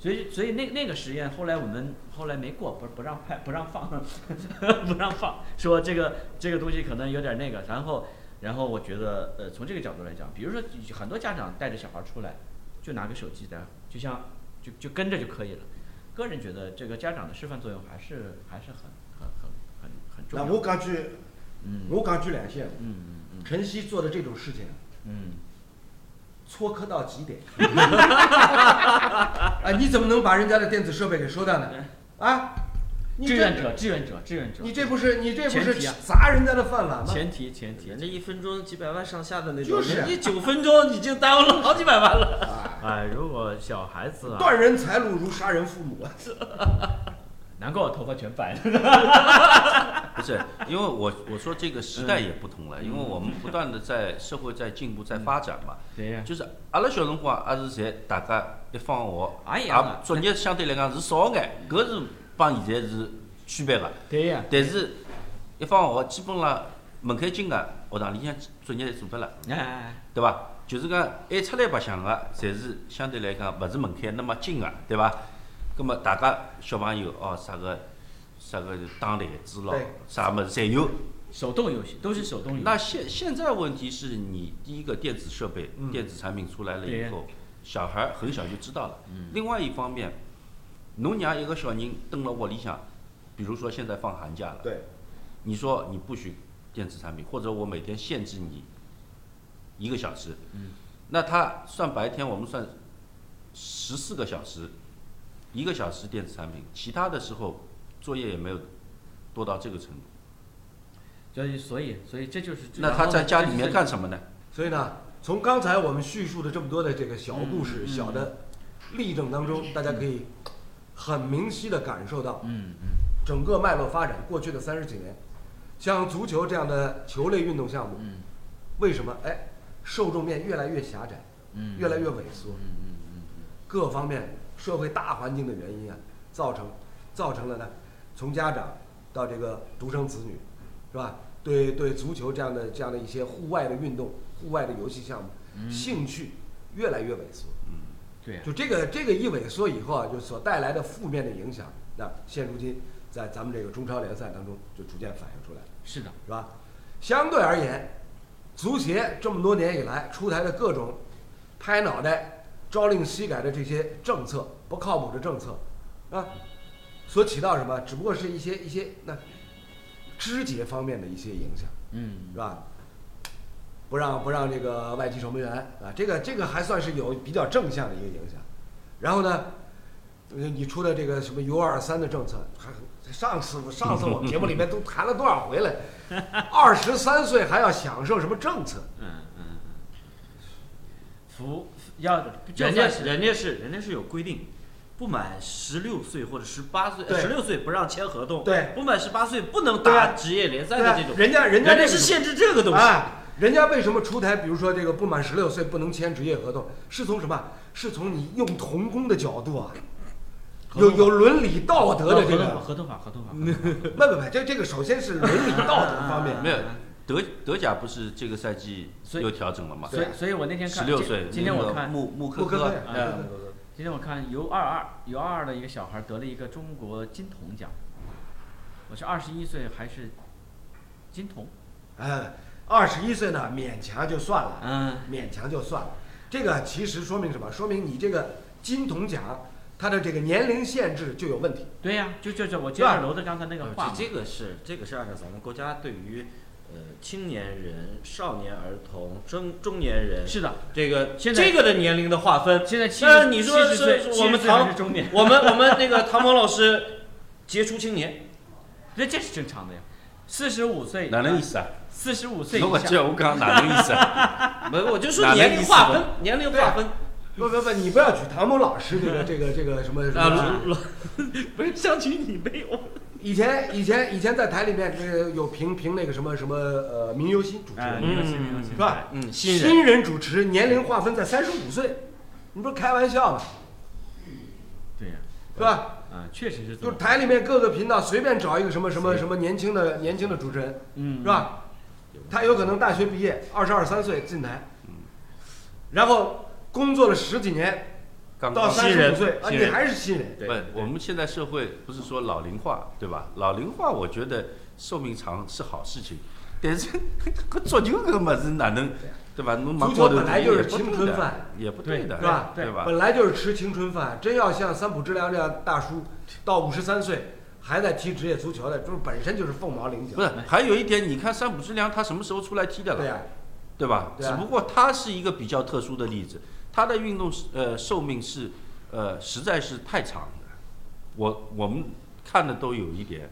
所以所以那那个实验后来我们后来没过，不不让拍不让放， 不让放，说这个这个东西可能有点那个。然后然后我觉得呃从这个角度来讲，比如说很多家长带着小孩出来，就拿个手机在那儿就像就就跟着就可以了。个人觉得这个家长的示范作用还是还是很很很很很重那要。我讲句，嗯我讲句良心闲话，嗯嗯嗯晨曦做的这种事情，嗯。错刻到极 点。啊，你怎么能把人家的电子设备给收掉呢？啊，你嗯志这愿者，志愿者，志愿者。你这不是你这不是前提啊砸人家的饭碗吗？前提前提人，家一分钟几百万上下的那种，就是你九分钟已经耽误了好几百万了。哎，如果小孩子啊，断人财路如杀人父母 啊！难怪我头发全白了。不是，因为我我说这个时嗯代也不同了，因为我们不断的在社会在进步在发展嘛，对 呀，就是阿拉小辰光也是侪大家一放学，也一也样的作业相对来讲是少眼，搿是帮现在是区别个，对呀，但是一放学基本上门槛进个学堂里向作业侪做拨了，哎，对伐？就是讲爱出来白相个，侪是相对来讲勿是门槛那么近个，对伐？葛末大家小朋友哦，啥个啥个打台子咯对，啥物事侪有。手动游戏都是手动游戏。那现现在问题是你第一个电子设备、嗯电子产品出来了对呀嗯以后，小孩儿很小就知道了。另外一方面，侬让一个小人蹲辣屋里向，比如说现在放寒假了，对，你说你不许电子产品，或者我每天限制你一个小时，嗯那他算白天，我们算十四个小时，一个小时电子产品，其他的时候作业也没有多到这个程度。所以所以所以这就是那他在家里面干什么呢？所以呢，从刚才我们叙述的这么多的这个小故事、嗯嗯小的例证当中，大家可以很明晰的感受到嗯整个脉络发展过去的三十几年，像足球这样的球类运动项目，嗯为什么哎受众面越来越狭窄，嗯，越来越萎缩？嗯嗯各方面社会大环境的原因啊，造成造成了呢，从家长到这个独生子女，是吧？对对，足球这样的这样的一些户外的运动、户外的游戏项目，兴趣越来越萎缩。嗯对呀、就这个这个一萎缩以后啊，就所带来的负面的影响，那现如今在咱们这个中超联赛当中就逐渐反映出来了，是的，是吧？相对而言，足协这么多年以来出台的各种拍脑袋、朝令夕改的这些政策，不靠谱的政策，啊，所起到什么？只不过是一些一些那肢节方面的一些影响，嗯，是吧？不让不让这个外籍守门员啊，这个这个还算是有比较正向的一个影响。然后呢，呃你出的这个什么 U 二三的政策，还上次我上次我们节目里面都谈了多少回了？二十三岁还要享受什么政策？嗯嗯，服要人就家算是人家是人家是有规定，不满十六岁或者十八岁，对十六岁不让签合同，对不满十八岁不能对啊打职业联赛对的吧这种，人家人家人家这是啊个限制这个东西，哎，人家为什么出台，比如说这个不满十六岁不能签职业合同，是从什么？是从你用童工的角度啊，有有伦理道德的这合同 法个，哦合同法合同法，不不不，这这个首先是伦理道德方啊面，没有德德甲不是这个赛季所以又调整了嘛？所以所以我那天啊十看六今岁，今天那我个看穆穆科不可科以啊哎对对对今天我看 U 二二 U 二二的一个小孩得了一个中国金童奖，我是二十一岁还是金童？哎，二十一岁呢，勉强就算了，嗯，勉强就算了。这个其实说明什么？说明你这个金童奖，它的这个年龄限制就有问题。对呀、就就就我接对啊着楼的刚才那个话呃嘛，这这个是这个是按照咱们国家对于呃青年人、少年儿童、中中年人是的，这个现在这个的年龄的划分。现在七那十你说70呃是岁是我们70岁还唐是中 年，我们我们那个唐鹏老师杰出青年，那这是正常的呀。四十五岁，哪能意思啊？四十五岁如果以下，叫我讲哪能意思啊？不，我就说哪年能龄意思划呢分，年龄划分不不不，你不要举唐某老师这个这个这个什么什么。啊，老不是相取你没有。以前以前以前在台里面这个有评评那个什么什么呃民优新主持 哎，人没有新没有嗯新，是吧？嗯，新人新人主持年龄划分在三十五岁，你不是开玩笑吗？对呀、是吧？啊，确实是这就么是台里面各个频道随便找一个什么什么什么年轻的年轻的主持人，嗯是吧？他有可能大学毕业，二十二三岁进台，嗯然后工作了十几年，刚到刚三新十人五岁啊，新你人还是新人，对不，我们现在社会不是说老龄化，对吧？老龄化，我觉得寿命长是好事情，但是 搿足球搿么子哪能，对吧？侬忙足球高头本来踢就也是不青对春的饭也不对对的，是吧对对吧？本来就是吃青春饭，真要像三浦知良这样大叔，到五十三岁还在踢职业足球的，就是本身就是凤毛麟角不。是，还有一点，你看山浦之良他什么时候出来踢的了？对呀，对吧？对啊只不过它是一个比较特殊的例子，它的运动是呃寿命是呃实在是太长了，我我们看的都有一点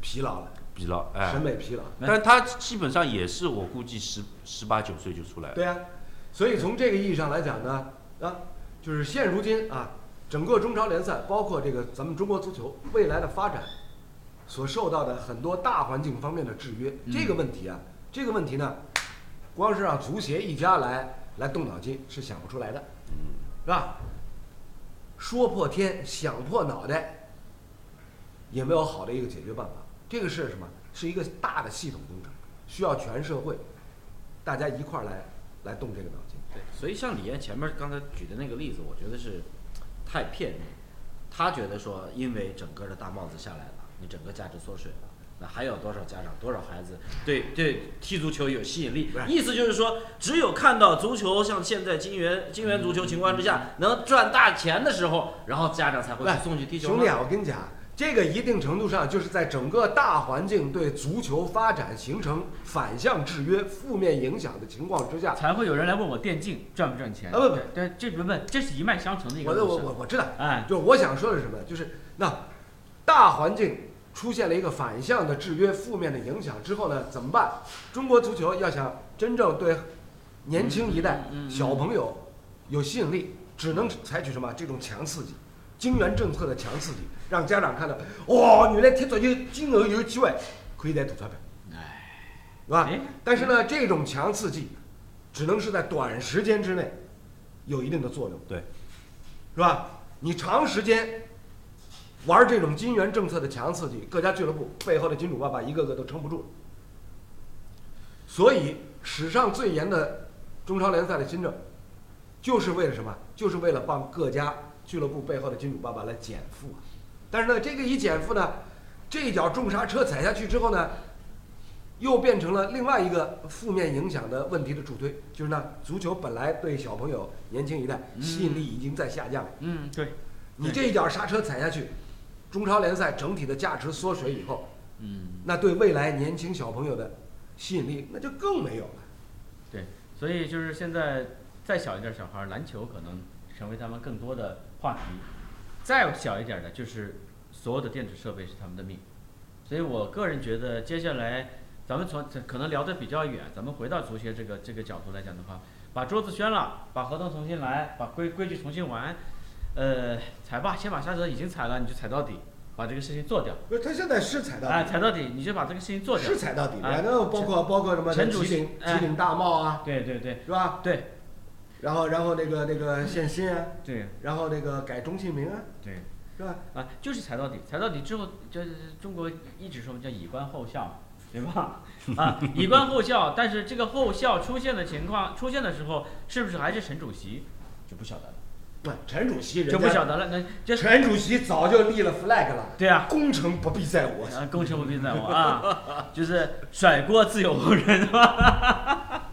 疲劳了，疲劳哎审，美疲劳。但它基本上也是我估计十十八九岁就出来了，对呀、所以从这个意义上来讲呢，啊，就是现如今啊，整个中超联赛，包括这个咱们中国足球未来的发展，所受到的很多大环境方面的制约，嗯这个问题啊，这个问题呢，光是让足协一家来来动脑筋是想不出来的，嗯是吧？说破天，想破脑袋，也没有好的一个解决办法。这个是什么？是一个大的系统工程，需要全社会大家一块儿来来动这个脑筋。对，所以像李艳前面刚才举的那个例子，我觉得是太片面。他觉得说，因为整个的大帽子下来了，你整个价值缩水了，那还有多少家长、多少孩子对对踢足球有吸引力？意思就是说，只有看到足球像现在金元金元足球情况之下能赚大钱的时候，然后家长才会来去送去踢球兄弟啊，吗。我跟你讲，这个一定程度上就是在整个大环境对足球发展形成反向制约、负面影响的情况之下，才会有人来问我电竞赚不赚钱。啊不不对，对，这不问，这是一脉相承的一个我路我上我我知道，哎，就是我想说的是什么，就是那大环境出现了一个反向的制约、负面的影响之后呢，怎么办？中国足球要想真正对年轻一代嗯嗯嗯小朋友有吸引力，只能采取什么这种强刺激。金元政策的强刺激，让家长看到，哦，原来踢足球今后有机会可以来赌彩票，对吧哎？但是呢，这种强刺激只能是在短时间之内有一定的作用，对，是吧？你长时间玩这种金元政策的强刺激，各家俱乐部背后的金主爸爸一个个都撑不住了。所以，史上最严的中超联赛的新政，就是为了什么？就是为了帮各家俱乐部背后的金主爸爸来减负啊。但是呢，这个一减负呢，这一脚重刹车踩下去之后呢，又变成了另外一个负面影响的问题的助推，就是呢，足球本来对小朋友、年轻一代吸引力已经在下降了，嗯，对，你这一脚刹车踩下去，中超联赛整体的价值缩水以后，嗯，那对未来年轻小朋友的吸引力那就更没有了。对，所以就是现在再小一点儿小孩儿，篮球可能成为他们更多的话题；再小一点儿的，就是所有的电子设备是他们的命。所以我个人觉得，接下来咱们从可能聊得比较远，咱们回到足协这个这个角度来讲的话，把桌子掀了，把合同重新来，把规规矩重新玩，呃，踩吧，先把刹车已经踩了，你就踩到底，把这个事情做掉。不是，他现在是踩到哎，底，踩到底，你就把这个事情做掉是。踩到底了哎。那包括包括什么陈呢主齐席顶哎齐顶大帽啊，对对对是吧？对然后然后那个那个限薪啊，对然后那个改中性名啊，对，是吧？啊，就是踩到底，踩到底之后，这中国一直说叫以观后效嘛，对吧？啊，以观后效，但是这个后效出现的情况，出现的时候是不是还是陈主席就不晓得了，不，陈主席人就不家晓得了。那这陈主席早就立了 flag 了，对啊，功成不必在我。啊，功成不必在我啊，就是甩锅自有红人 是吧？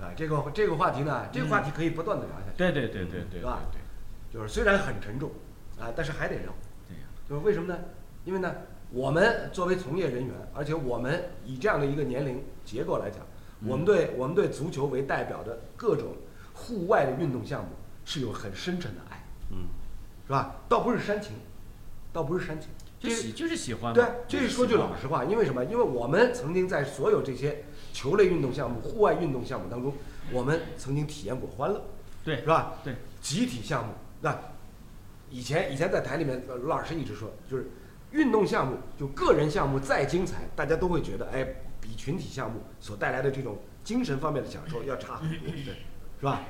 啊，这个这个话题呢，这个话题可以不断的聊下去，对对对对对对是吧对就是虽然很沉重，啊，但是还得聊。对呀，就是为什么呢？因为呢，我们作为从业人员，而且我们以这样的一个年龄结构来讲，我嗯们对我们对足球为代表的各种户外的运动项目是有很深沉的爱，嗯，是吧？倒不是煽情，倒不是煽情，就这喜就是喜欢嘛，对，这是说句喜欢老实话，因为什么？因为我们曾经在所有这些球类运动项目、户外运动项目当中，我们曾经体验过欢乐，对是吧？对，集体项目，那以前以前在台里面，呃卢老师一直说，就是运动项目，就个人项目再精彩，大家都会觉得，哎，比群体项目所带来的这种精神方面的享受要差很多，对，是吧？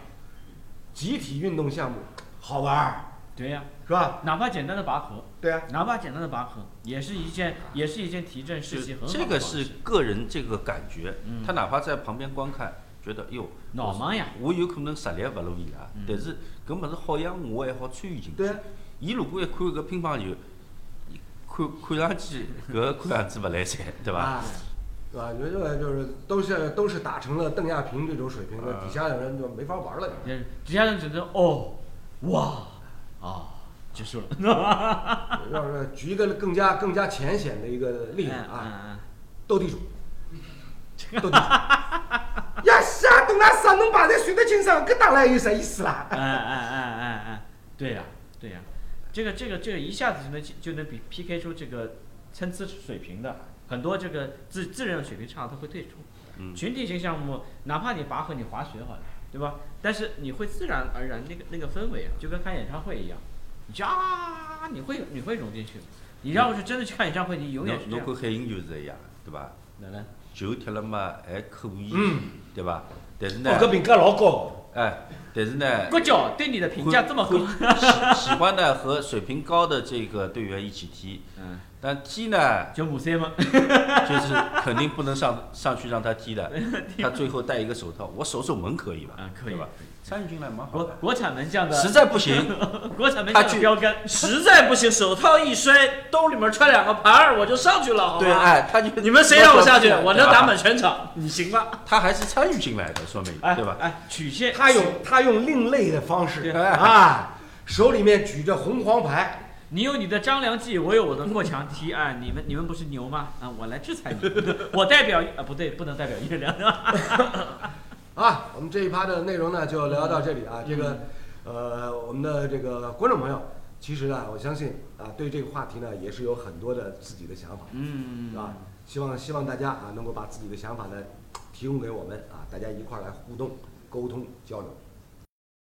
集体运动项目好玩儿，对呀、是吧？哪怕简单的拔河，对啊，哪怕简单的拔河，也是一件也是一件提振士气很好的这个方是式个人这个感觉，嗯他哪怕在旁边观看，觉得哟，脑盲呀，我有可能实力勿如伊拉嗯，但是搿物事好像我还好参与进去对。啊，伊如果一看搿乒乓球，伊看看上去搿看上去勿来三，对伐？啊对吧？你说就是都是都是打成了邓亚萍这种水平了，啊底下的人就没法玩了。就是底下人只能哦，哇，啊，结束了。要是举一个更加更加浅显的一个例子啊，嗯斗地主，斗地主，呀西啊，东拉啥侬摆在谁的身上，搿当然有啥意思啦？嗯嗯嗯嗯嗯嗯，对呀、对呀、这个这个这个一下子就能就能比 PK 出这个参差水平的很多这个自自认为水平差的他会退出。嗯群体性项目，哪怕你拔河你滑雪好了，对吧？但是你会自然而然那个那个氛围啊，就跟看演唱会一样，你就啊你会你会融进去。你要是真的去看演唱会，你永侬远是这侬样看。海鹰就是一样，对伐？哪能？球踢了嘛还可以嗯，对伐？但是呢，哦，搿评价老高，哎，但是呢，国脚对你的评价这么高会，会喜喜欢呢和水平高的这个队员一起踢，嗯，但踢呢九五三 吗？就是肯定不能上上去让他踢的，他最后戴一个手套，我守守门可以吧？嗯可以对吧？参与进来蛮好国的，国产门将的实在不行，国产门将他的去标杆，实在不行，手套一摔，兜里面揣两个盘儿，我就上去了，好吧？对，哎，他就哦你们谁让我下去？我 能打对吧啊满全场，你行 吗？他还是参与进来的，说明哎，对吧？哎，曲线，他用他用另类的方式对啊，手里面举着红黄牌，你有你的张良计，我有我的过墙梯啊！你们你们不是牛吗？啊，我来 制裁你， 我代表啊不对，不能代表月亮。 啊，我们这一趴的内容呢就聊到这里啊。这个，呃，我们的这个观众朋友，其实呢，我相信啊，对这个话题呢也是有很多的自己的想法，嗯是吧？希望希望大家啊能够把自己的想法呢提供给我们啊，大家一块儿来互动、沟通、交流。